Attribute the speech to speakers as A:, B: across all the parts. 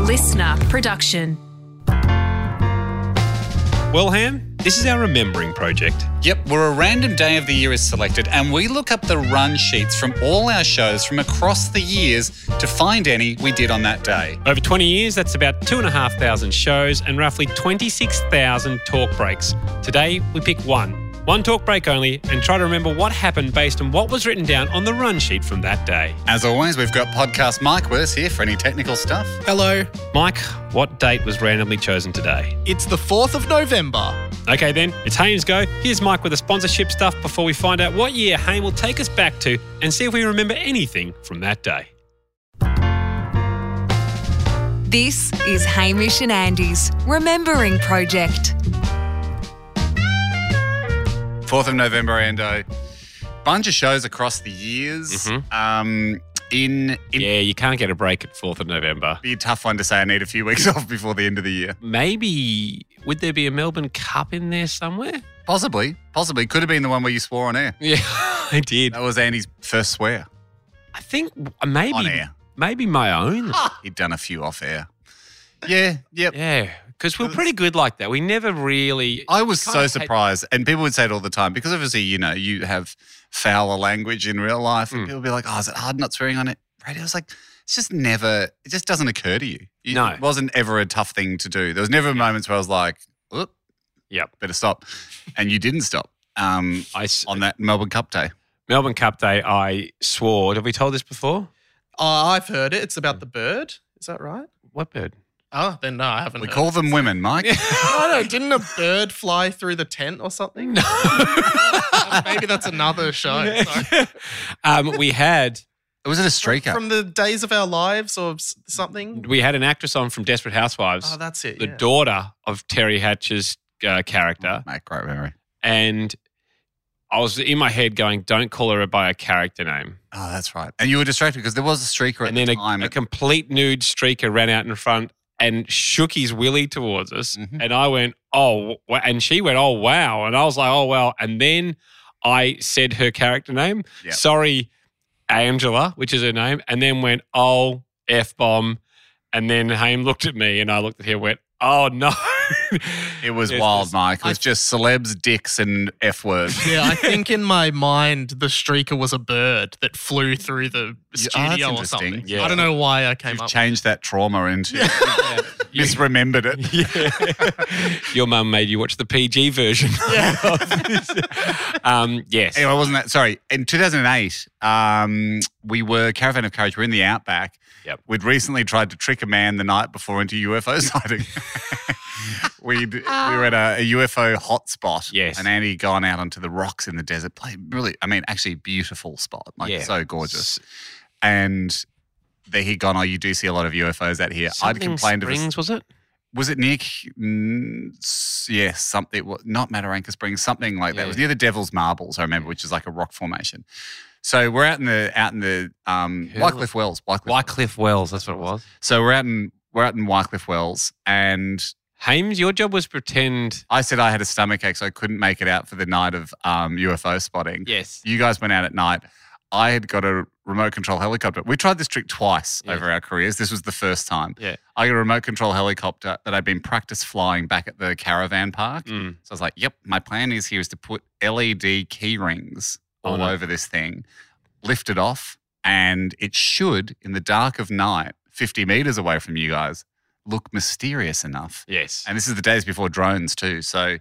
A: listener production.
B: Well, Ham, this is our remembering project.
C: Yep, where a random day of the year is selected, and we look up the run sheets from all our shows from across the years to find any we did on that day.
B: Over 20 years, that's about 2,500 shows and roughly 26,000 talk breaks. Today, we pick one. One talk break only, and try to remember what happened based on what was written down on the run sheet from that day.
C: As always, we've got podcast Mike with us here for any technical stuff.
D: Hello,
B: Mike, what date was randomly chosen today?
D: it's the 4th of November.
B: Okay, then, it's Haim's go. Here's Mike with the sponsorship stuff before we find out what year Haim will take us back to and see if we remember anything from that day.
A: This is Hamish and Andy's Remembering Project.
C: 4th of November, Ando. Bunch of shows across the years.
B: Mhm.
C: Um, in it'd
B: Yeah, you can't get a break at 4th of November.
C: be a tough one to say. I need a few weeks off before the end of the year.
B: Maybe, would there be a Melbourne Cup in there somewhere?
C: Possibly, possibly could have been the one where you swore on air.
B: Yeah, I did.
C: That was Andy's first swear
B: I think uh, maybe
C: on air.
B: maybe my own.
C: He'd done a few off air. Yeah, yep.
B: Yeah, because we're pretty good like that. We never really.
C: I was
B: Kinda
C: so
B: hate-
C: surprised, and people would say it all the time because obviously, you know, you have fouler language in real life, and
B: Mm.
C: people would be like, "Oh, is it hard not swearing on it?" Radio was like, it's just never, it just doesn't occur to you. You-
B: No.
C: it wasn't ever a tough thing to do. There was never moments where I was like, "Oop,
B: Yep.
C: better stop," and you didn't stop um,
B: I s-
C: on that Melbourne Cup day.
B: Melbourne Cup day, I swore. Have we told this before?
D: Oh, I've heard it. It's
C: Hmm.
D: about the bird. Is that right?
B: What bird?
D: Oh, then no, I haven't.
C: We
B: Uh,
D: heard.
C: call them women, Mike.
D: I don't. Didn't a bird fly through the tent or something?
B: No.
D: Maybe that's another show. Sorry.
B: um, we had
C: was it a streaker?
D: From the days of our lives or s- something.
B: we had an actress on from Desperate Housewives,
D: Oh, that's it.
B: the
D: yeah.
B: daughter of Terry Hatch's uh, character,
C: Mate, great memory.
B: and I was in my head going, "Don't call her by a character name."
C: Oh, that's right. And you were distracted because there was a streaker at
B: and then
C: the
B: a,
C: time.
B: a complete nude streaker ran out in front and shook his willy towards us.
C: Mhm.
B: And I went, oh, wa- and she went, oh, wow. And I was like, oh, wow. And then I said her character name,
C: Yep.
B: sorry, Angela, which is her name, and then went, oh, F bomb. And then Haim looked at me and I looked at him and went, oh, no.
C: it was
B: Yes,
C: wild,
B: yes.
C: Mike. It was
D: I-
C: just celebs, dicks, and F words.
D: Yeah, I think in my mind the streaker was a bird that flew through the
C: Yeah, oh, that's
D: studio or
C: interesting.
D: something.
B: Yeah.
D: I don't know why I came
C: You've
D: up.
C: changed that trauma into
B: Yeah. You-
C: misremembered it.
B: Yeah. Your mum made you watch the PG version. um, yes.
C: Anyway, wasn't that sorry? In 2008, um, we were caravan of courage. We're in the outback.
B: Yep.
C: We'd recently tried to trick a man the night before into UFO sighting. We'd, we were at a, a UFO hotspot.
B: Yes.
C: And Andy had gone out onto the rocks in the desert. Play really, I mean, actually beautiful spot. Like
B: Yeah.
C: so gorgeous. And there he'd gone, oh, you do see a lot of UFOs out here. I'd
B: Something
C: complained of a
B: Springs, was it?
C: was it Nick? Mm, s- yeah, something. wa- Not Mataranka Springs, something like that. It was
B: Yeah.
C: near the Devil's Marbles, I remember, which is like a rock formation. So we're out in the out in the um,
B: Cool.
C: Wycliffe Wells. Wycliffe.
B: Wycliffe Wells, that's what it was.
C: So we're out in we're out in Wycliffe Wells, and
B: Hames, your job was pretend.
C: I said I had a stomach ache, so I couldn't make it out for the night of um, UFO spotting.
B: Yes.
C: You guys went out at night. I had got a remote control helicopter. We tried this trick twice
B: Yeah.
C: over our careers. This was the first time.
B: Yeah.
C: I got a remote control helicopter that I'd been practice flying back at the caravan park.
B: Mm.
C: So I was like, yep, my plan is here is to put LED key rings
B: Oh,
C: all
B: no.
C: over this thing, lift it off, and it should, in the dark of night, 50 meters away from you guys, look mysterious enough.
B: Yes.
C: And this is the days before drones, too. So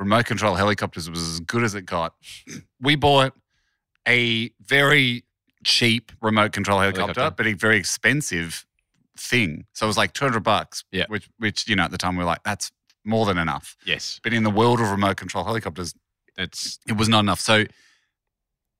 C: remote control helicopters was as good as it got. We bought a very cheap remote control helicopter,
B: Helicopter.
C: but a very expensive thing. So it was like 200 bucks,
B: Yeah.
C: which, which, you know, at the time we were like, that's more than enough.
B: yes.
C: But in the world of remote control helicopters,
B: That's
C: it was not enough. So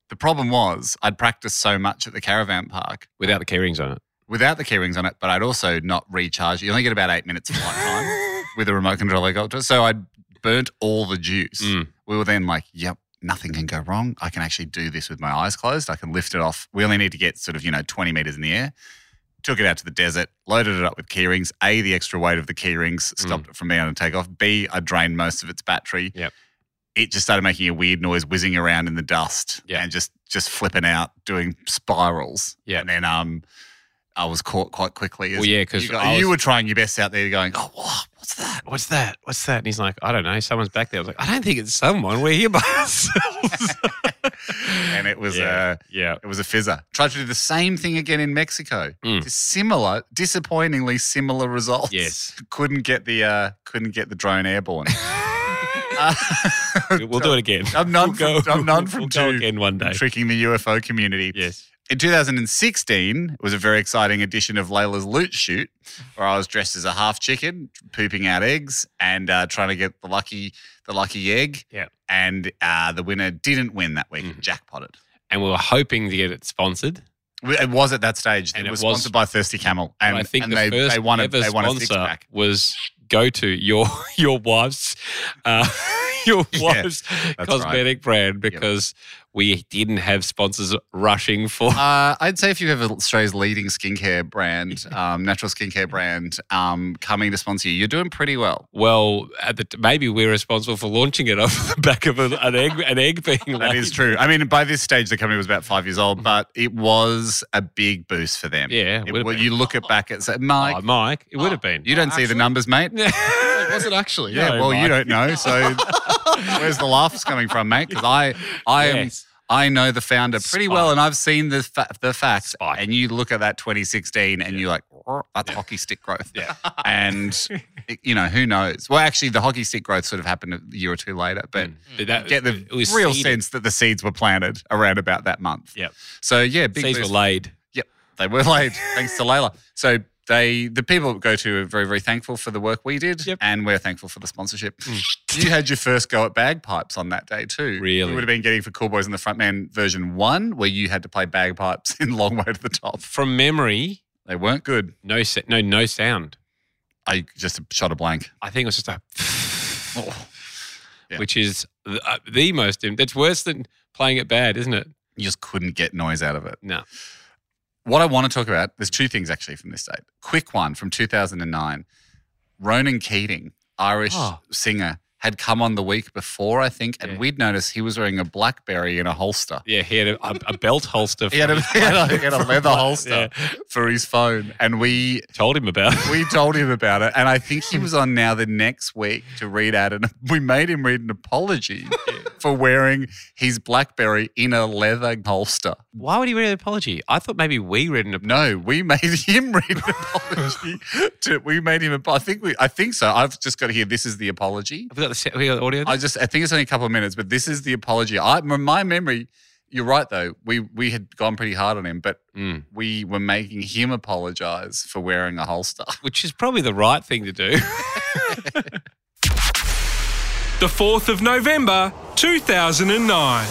C: the problem was I'd practiced so much at the caravan park
B: without the key rings on it.
C: without the key rings on it, but I'd also not recharged. You only get about eight minutes flight time with a remote control helicopter. So I'd burnt all the juice.
B: Mm.
C: We were then like, yep, nothing can go wrong. I can actually do this with my eyes closed. I can lift it off. We only need to get sort of, you know, 20 meters in the air. Took it out to the desert, loaded it up with key rings. A, the extra weight of the key rings
B: Mm.
C: stopped it from being able to take off. B, I drained most of its battery.
B: Yep.
C: It just started making a weird noise, whizzing around in the dust
B: Yeah.
C: and just just flipping out, doing spirals.
B: Yeah.
C: And then um I was caught quite quickly. as
B: Well, yeah, 'cause
C: you, got-
B: I
C: you
B: was-
C: were trying your best out there, going, "Oh, wha- what's that?"
B: What's that? What's that? And he's like, I don't know. Someone's back there. I was like, I don't think it's someone. We're here by ourselves.
C: And it was
B: yeah.
C: uh,
B: yeah.
C: It was a fizzer. Tried to do the same thing again in Mexico.
B: Mm.
C: Just Similar, disappointingly similar results.
B: Yes.
C: Couldn't get the uh, couldn't get the drone airborne. Uh,
B: We'll do it again.
C: I'm none
B: We'll
C: from, I'm none from
B: we'll
C: two
B: go again one day.
C: tricking the UFO community.
B: Yes.
C: In 2016 was a very exciting edition of Layla's Loot Shoot, where I was dressed as a half chicken, pooping out eggs and uh, trying to get the lucky the lucky egg.
B: Yeah.
C: And uh, the winner didn't win that week.
B: Mhm.
C: Jackpotted.
B: And we were hoping to get it sponsored.
C: We- It was at that stage.
B: And
C: it
B: it
C: was
B: was-
C: sponsored by Thirsty Camel,
B: And
C: and,
B: I think
C: and
B: the
C: they,
B: first
C: they won a,
B: ever
C: they won a six
B: sponsor
C: pack.
B: was go to your your wife's uh, your
C: Yeah,
B: wife's
C: right.
B: cosmetic brand because we didn't have sponsors rushing for.
C: Uh, I'd say if you have Australia's leading skincare brand, um, natural skincare brand, um, coming to sponsor you, you're doing pretty well.
B: Well, at the t- maybe we're responsible for launching it off the back of an, an egg. An egg being
C: That
B: laid.
C: is true. I mean, by this stage, the company was about five years old, but it was a big boost for them.
B: Mm-hmm. Yeah,
C: It,
B: would've
C: well,
B: been.
C: you look at back at say, Mike,
B: Oh, Mike, it would have been.
C: you don't see the numbers, mate.
D: It wasn't actually.
C: Yeah,
B: No,
C: well, you
B: Mike.
C: don't know. So where's the laughs coming from, mate? Because I, I am.
B: Yes.
C: I know the founder pretty
B: Spike.
C: well, and I've seen the fa- the facts.
B: Spike.
C: And you look at that 2016, and you're like, "Oh, that's hockey stick growth.
B: Yeah.
C: and it- you know who knows? Well, actually, the hockey stick growth sort of happened a year or two later, but
B: But that,
C: get the
B: Mm. it was
C: real
B: seeded.
C: sense that the seeds were planted around about that month.
B: Yep.
C: So yeah, big
B: Seeds were
C: boost.
B: laid.
C: They were late, thanks to Layla. So they, the people at Go To are very, very thankful for the work we did,
B: Yep. Mm.
C: and we're thankful for the sponsorship. you had your first go at bagpipes on that day too.
B: Really?
C: you would have been getting for Cool Boys in the Frontman version one, where you had to play bagpipes in Long Way to the Top.
B: From memory,
C: They weren't good.
B: no, sa- no, no sound.
C: I just shot a blank.
B: I think it was just a,
C: Oh, Yeah.
B: which is the, uh, the most. That's worse than playing it bad, isn't it?
C: you just couldn't get noise out of it.
B: No.
C: What I want to talk about, there's two things actually from this date. Quick one from 2009. Ronan Keating, Irish
B: Oh.
C: singer, had come on the week before, I think, and
B: Yeah.
C: we'd noticed he was wearing a Blackberry in a holster.
B: Yeah, he had a, a, a belt holster.
C: He had a, he had a- he had a leather holster
B: Yeah.
C: for his phone, and we
B: Told him about. it.
C: we told him about it. And I think he was on now the next week to read out, and we made him read an apology for wearing his Blackberry in a leather holster.
B: Why would he read an apology? I thought maybe we read an apology.
C: No, we made him read an apology. to, we made him. I think we. I think so. I've just got to hear. This is the apology.
B: Have we got the, se- have we got the audio?
C: I just. I think it's only a couple of minutes, but this is the apology. I, m- my memory. You're right though. We we had gone pretty hard on him, but
B: Mm.
C: we were making him apologize for wearing a holster.
B: Which is probably the right thing to do.
E: the 4th of November 2009.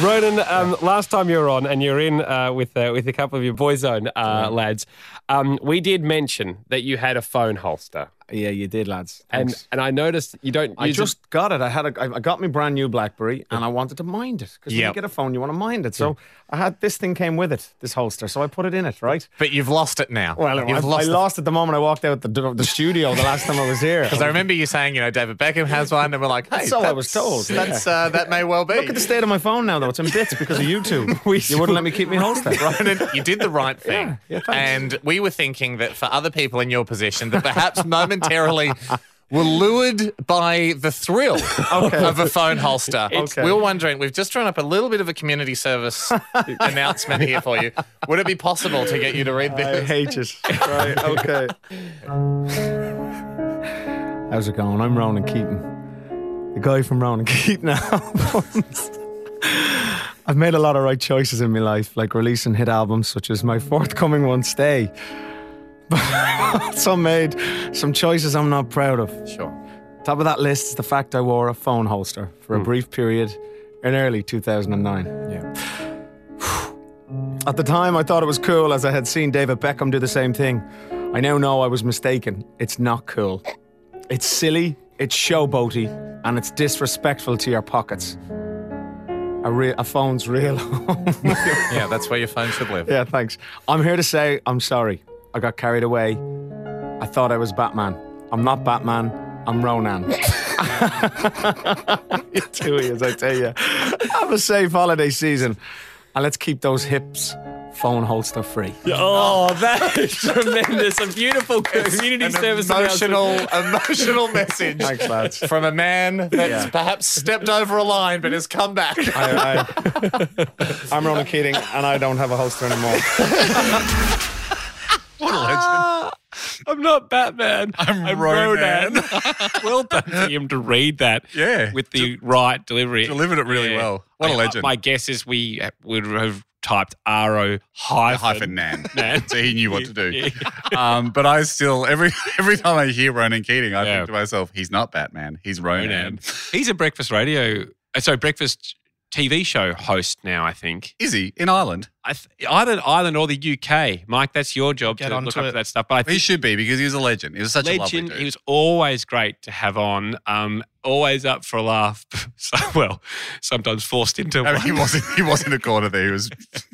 F: Ronan, um, last time you were on, and you're in uh, with uh, with a couple of your boyzone uh,
B: Mm.
F: lads, um, we did mention that you had a phone holster,
G: Yeah, you did, lads.
F: and
G: Thanks.
F: and I noticed you don't. Use
G: I just
F: it.
G: got it. I had a, I I got my brand new BlackBerry, and I wanted to mind it because when you get a phone, you want to mind
H: Mm.
G: it. So I had this thing came with it, this holster. So I put it in it, right?
H: But you've lost it now.
G: Well, I,
H: you've
G: lost, I
H: it.
G: lost it the moment I walked out the, do- the studio the last time I was here.
H: Because I remember you saying, you know, David Beckham has one, and we're like, hey,
G: That's all I was told, yeah.
H: That's uh, that may well be.
G: Look at the state of my phone now, though. It's in bits because of you two. you wouldn't let me keep my holster.
H: Ronan, you did the right thing.
G: yeah, thanks.
H: and we were thinking that for other people in your position, that perhaps momentarily were lured by the thrill of a phone holster.
G: Okay.
H: We were wondering, we've just drawn up a little bit of a community service announcement here for you. Would it be possible to get you to read
G: I
H: this?
G: hate it. Right, okay. How's it going? I'm Ronan Keaton. The guy from Ronan Keaton albums. I've made a lot of right choices in my life, like releasing hit albums such as my forthcoming one, Stay. But some made some choices I'm not proud of.
H: Sure.
G: Top of that list is the fact I wore a phone holster for a brief period in early 2009. Yeah. At the time, I thought it was cool as I had seen David Beckham do the same thing. I now know I was mistaken. It's not cool. It's silly, it's showboaty, and it's disrespectful to your pockets. A, re- a phone's real home.
H: Yeah, that's where your phone should live.
G: yeah, thanks. I'm here to say I'm sorry. I got carried away. I thought I was Batman. I'm not Batman. I'm Ronan. You're too ears, I tell you. Have a safe holiday season, and let's keep those hips phone holster free.
B: Oh, that is tremendous. A beautiful community
I: An
B: service
I: emotional,
B: announcement.
I: emotional message
G: Thanks, lads.
I: from a man that's
G: Yeah.
I: perhaps stepped over a line but has come back.
G: I, I, am Ronan Keating, and I don't have a holster anymore.
B: I'm not Batman.
C: I'm
B: Ronan.
C: Ronan.
B: well done for him to read that
C: Yeah.
B: with the right delivery.
C: Delivered it really
B: Yeah.
C: well. What a
B: I-
C: legend.
B: My guess is we would have typed R O
C: hyphen
B: hyphen.
C: Nan.
B: Nan.
C: so he knew what to do.
B: Yeah.
C: Um, but I still every every time I hear Ronan Keating, I
B: Yeah.
C: think to myself, he's not Batman. He's Ronan.
B: Ronan. He's a breakfast radio, uh, so breakfast TV show host now. I think
C: Is he in Ireland?
B: I th- either Ireland or the UK. Mike, that's your job
D: Get
B: to
D: onto
B: look up
D: it.
B: to that stuff. But I
C: He
B: think
C: should be because he was a legend. He was such a lovely
B: legend.
C: dude.
B: He was always great to have on. Um, always up for a laugh. so well, sometimes forced into one.
C: I mean, he wasn't. He was in the corner there. He was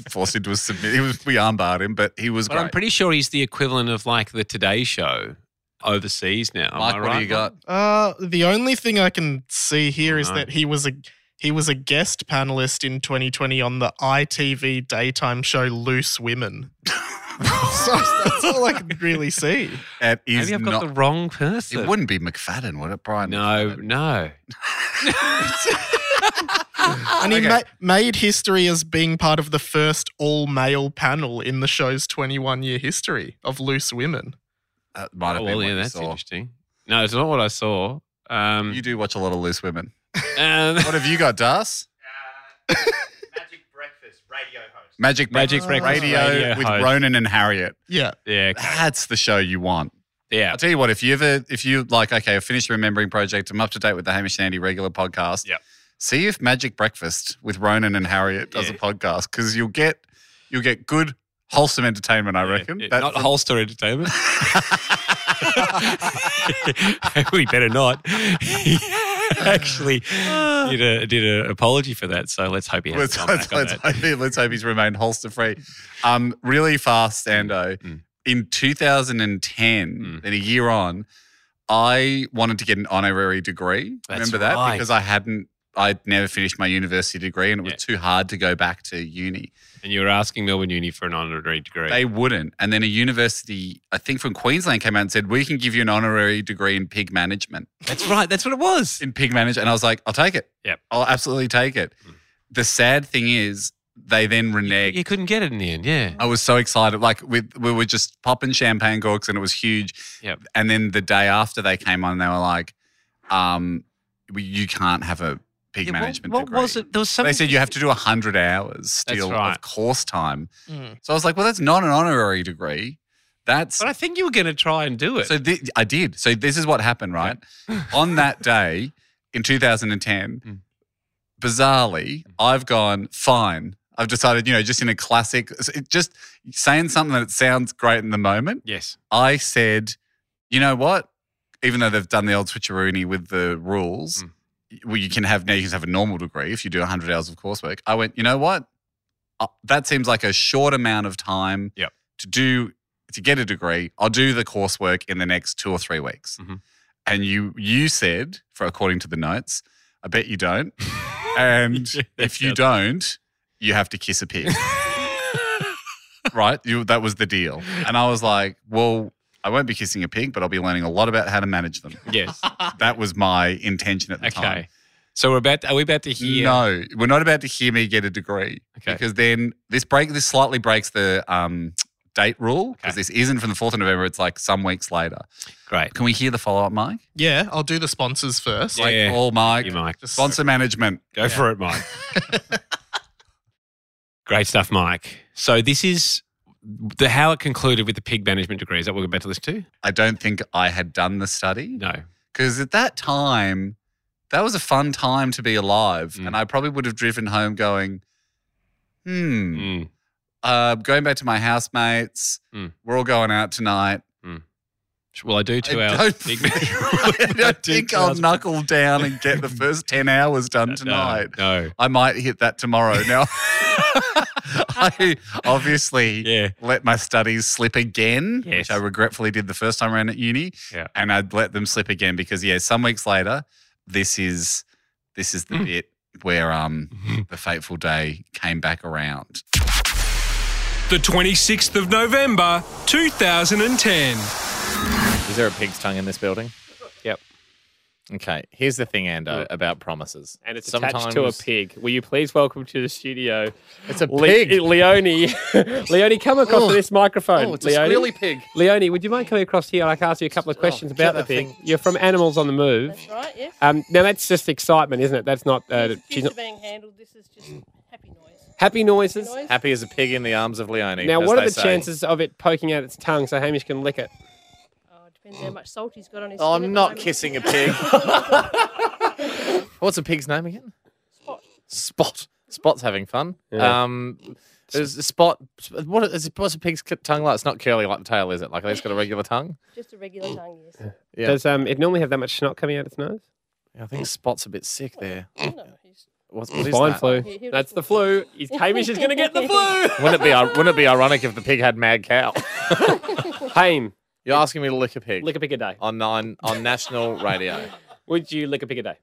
C: forced into a submit. He was. We armbarred him, but he was
B: but
C: great.
B: I'm pretty sure he's the equivalent of like the Today Show overseas now. Am
C: Mike,
B: I
C: what
B: right?
C: do you got?
D: Uh, the only thing I can see here is
B: Oh, no.
D: that he was a he was a guest panelist in 2020 on the ITV daytime show Loose Women. so that's all I can really see.
C: That is
B: Maybe I've got
C: not.
B: the wrong person.
C: it wouldn't be McFadden, would it, Brian?
B: No, no.
D: And he
C: Okay.
D: ma- made history as being part of the first all male panel in the show's 21 year history of Loose Women.
C: That might have
B: Oh,
C: been
B: well,
C: what
B: yeah,
C: you
B: that's
C: saw.
B: interesting. No, it's not what I saw. Um,
C: You do watch a lot of loose women.
B: um,
C: What have you got, Das? Magic
B: Magic
C: Breakfast
B: Breakfast
C: Radio host. Magic Breakfast Radio,
B: Radio
C: with
B: host.
C: Ronan and Harriet.
D: Yeah.
B: yeah,
C: That's the show you want.
B: yeah.
C: I'll tell you what, if you ever, if you like, okay, I finished the Remembering Project, I'm up to date with the Hamish and Andy regular podcast.
B: Yep.
C: See if Magic Breakfast with Ronan and Harriet does a
B: Yeah.
C: podcast because you'll get, you'll get good, wholesome entertainment, I reckon.
B: Yeah,
C: That-
B: not holster entertainment. we better not. He actually did a did an apology for that. So let's hope he has
C: Let's,
B: come
C: let's,
B: back on
C: let's,
B: that.
C: hope, let's hope he's remained holster free. Um, really fast, Ando.
B: Mm.
C: In 2010,
B: Mm.
C: then a year on, I wanted to get an honorary degree.
B: That's
C: Remember that?
B: right.
C: Because I hadn't, I'd never finished my university degree and it was
B: Yeah.
C: too hard to go back to uni.
B: And you were asking Melbourne Uni for an honorary degree.
C: They wouldn't. And then a university, I think from Queensland, came out and said, We can give you an honorary degree in pig management
B: That's right. That's what it was.
C: in pig management. And I was like, I'll take it.
B: Yep. Mm.
C: I'll absolutely take it. The sad thing is, they then reneged.
B: You couldn't get it in the end. Yeah.
C: I was so excited. Like we, we were just popping champagne corks and it was huge.
B: Yep.
C: And then the day after they came on, they were like, um, we- you can't have a pig
B: Yeah, what-
C: management
B: what,
C: degree.
B: was it? There was something.
C: They said you have to do 100 hours still
B: right.
C: of course time.
D: Mm.
C: So I was like, well, that's not an honorary degree. That's
B: But I think you were going to try and do it.
C: so thi- I did. So this is what happened, right? On that day in 2010,
B: Mm.
C: bizarrely, I've gone fine. I've decided, you know, just in a classic, s- it just saying something that sounds great in the moment.
B: yes.
C: I said, you know what? Even though they've done the old switcheroony with the rules,
B: Mm.
C: y- well, you can have now you can have a normal degree if you do 100 hours of coursework. I went, you know what? Uh, that seems like a short amount of time
B: Yep.
C: to do to get a degree. I'll do the coursework in the next two or three weeks.
B: Mhm.
C: And you you said, for according to the notes, I bet you don't. and
B: Yeah, that
C: if you
B: sounds-
C: don't, you have to kiss a pig right? You, that was the deal. And I was like, well, I won't be kissing a pig, but I'll be learning a lot about how to manage them.
B: Yes.
C: That was my intention at the time.
B: Okay. So we're about. To, are we about to hear?
C: No, we're not about to hear me get a degree
B: Okay.
C: because then this break this slightly breaks the um, date rule because
B: Okay.
C: this isn't from the fourth of November. It's like some weeks later.
B: Great.
C: Can we hear the follow up, Mike?
D: Yeah, I'll do the sponsors first.
C: Like,
B: Yeah.
C: all Mike,
B: You, Mike.
D: Just-
C: sponsor management.
B: Go for it, Mike. Great stuff, Mike. So this is the how it concluded with the pig management degree. Is that what we're about to listen to?
C: I don't think I had done the study
B: No.
C: because at that time, that was a fun time to be alive,
B: Mm.
C: and I probably would have driven home going, hmm.
B: Mm.
C: uh, going back to my housemates.
B: Mm.
C: We're all going out tonight.
B: Will I do two
C: I
B: hours?
C: don't,
B: pig
C: think,
B: management?
C: I don't
B: Do
C: think
B: two
C: I'll
B: hours.
C: knuckle down and get the first 10 hours done tonight.
B: No. no.
C: I might hit that tomorrow. Now, I obviously
B: Yeah.
C: let my studies slip again,
B: Yes.
C: which I regretfully did the first time around at uni.
B: Yeah.
C: And I'd let them slip again because, yeah, some weeks later, this is this is the
B: Hmm.
C: bit where um the fateful day came back around.
E: the 26th of November 2010.
H: Is there a pig's tongue in this building?
J: Yep.
H: Okay. Here's the thing, Ando, about promises.
J: And it's attached to a pig. Will you please welcome to the studio
H: It's a
J: Le-
H: pig.
J: Leone? Leone, come across to this microphone.
H: Oh, it's a
J: Leone.
H: squealy pig.
J: Leone, would you mind coming across here? I can ask you a couple of questions about the
H: that
J: pig.
H: thing.
J: You're from Animals on the Move.
K: That's right, yes.
J: Um, now that's just excitement, isn't it? That's not. Uh,
K: These
J: she's
K: kids
J: not
K: are being handled. This is just happy noise.
J: happy noises.
K: Noise.
H: Happy as a pig in the arms of Leone.
J: Now,
H: as
J: what are
H: they
J: the
H: say.
J: chances of it poking out its tongue so Hamish can lick it?
K: Oh, it depends how much salt he's got on his.
H: Oh,
K: skin at
H: I'm
K: the
H: not
K: moment.
H: kissing a pig. What's a pig's name again?
K: Spot.
H: Spot. Spot's having fun.
J: Yeah.
H: Um, there's a spot. What is it? What's a pig's c- tongue like? It's not curly like the tail, is it? Like it's got a regular tongue.
K: Just a regular tongue, yes.
H: Yeah.
J: Does um, it normally have that much snot coming out its nose?
H: I think Spot's a bit sick there.
K: You know, he's-
H: What's what is
J: Swine
H: that?
J: flu.
K: He- he-
J: That's the flu. He's, Hamish is going to get the flu.
H: Wouldn't it be wouldn't it be ironic if the pig had mad cow?
J: Hame,
H: You're asking me to lick a pig
J: lick a pig a day.
H: on nine on national radio.
J: Would you lick a pig a day?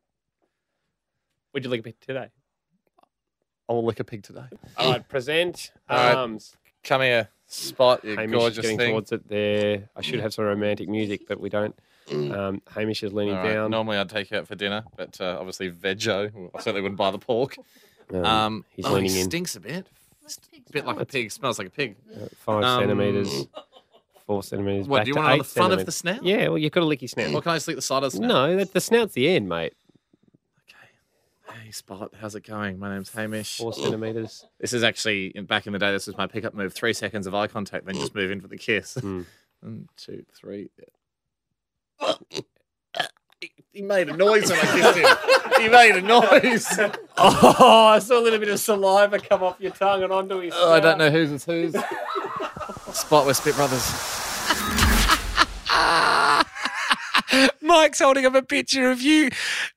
J: Would you lick a pig today?
H: I'll lick a pig today.
J: All right, present
H: Oh. All right.
J: arms.
H: Come here, Spot. You
J: Hamish is
H: gorgeous
J: getting
H: thing.
J: towards it there. I should have some romantic music, but we don't. Um, Hamish is leaning
H: Mm. All right,
J: down.
H: Normally I'd take you out for dinner, but uh, obviously Veggio, I certainly wouldn't buy the pork.
J: Um,
H: Um,
J: he's
H: oh,
J: leaning
H: he
J: in
H: stinks a bit. A bit like a pig. Smells like a pig.
J: five
H: um,
J: centimeters, four centimeters.
H: What,
J: back
H: do you
J: to
H: want it on
J: eight
H: the front of the Mm.
J: centimetres.
H: snout?
J: Yeah, well, you've got to lick your snout.
H: Or can I just lick the side of the snout?
J: No, that, the snout's the end, mate.
H: Hey, Spot, how's it going? My name's Hamish.
J: Four centimeters.
H: This is actually, in- back in the day, this was my pickup move. Three seconds of eye contact, then just move in for the kiss. One, two, three. He- He made a noise when I kissed him. He made a noise.
J: Oh, I saw a little bit of saliva come off your tongue and onto his.
H: Oh, I don't know whose is whose. Spot, we're Spit Brothers.
B: Mike's holding up a picture of you.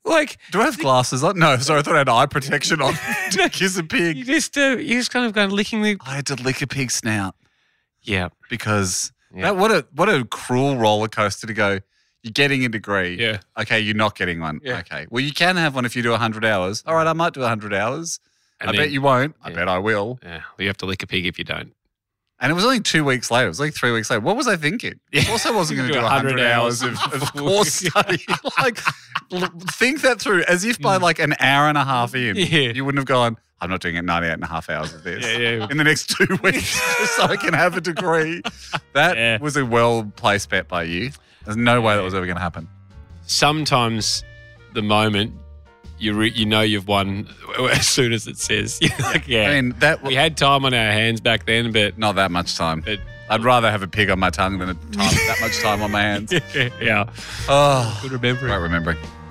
B: Like,
C: Do I have glasses on? No, sorry, I thought I had eye protection on to kiss a
B: you
C: pig.
B: just, uh, you just kind of going licking the.
C: I had to lick a pig's snout
B: Yeah.
C: because that, what a what a cruel roller coaster to go. You're getting a degree.
B: Yeah.
C: Okay, you're not getting one.
B: Yeah.
C: Okay. Well, you can have one if you do 100 hours. All right, I might do 100 hours.
B: And
C: I
B: then-
C: bet you won't. I
B: yeah.
C: bet I will.
B: Yeah. You have to lick a pig if you don't.
C: And it was only two weeks later. It was like three weeks later. What was I thinking? Of course, I wasn't going to do 100 hours of, of course study. like, l- think that through as if by like an hour and a half in,
B: Mm. Yeah.
C: you wouldn't have gone, I'm not doing it 98 and a half hours of this
B: Yeah, yeah.
C: in the next two weeks just so I can have a degree. That
B: Yeah.
C: was a well placed bet by you. There's no way that was ever going to happen.
B: sometimes the moment you re- you know you've won as soon as it says. You're like, yeah.
C: I mean, that
B: we
C: was
B: had time on our hands back then, but
C: not that much time.
B: It-
C: I'd rather have a pig on my tongue than a time, that much time on my hands.
B: yeah,
C: Oh,
B: good remembering.
C: great remembering.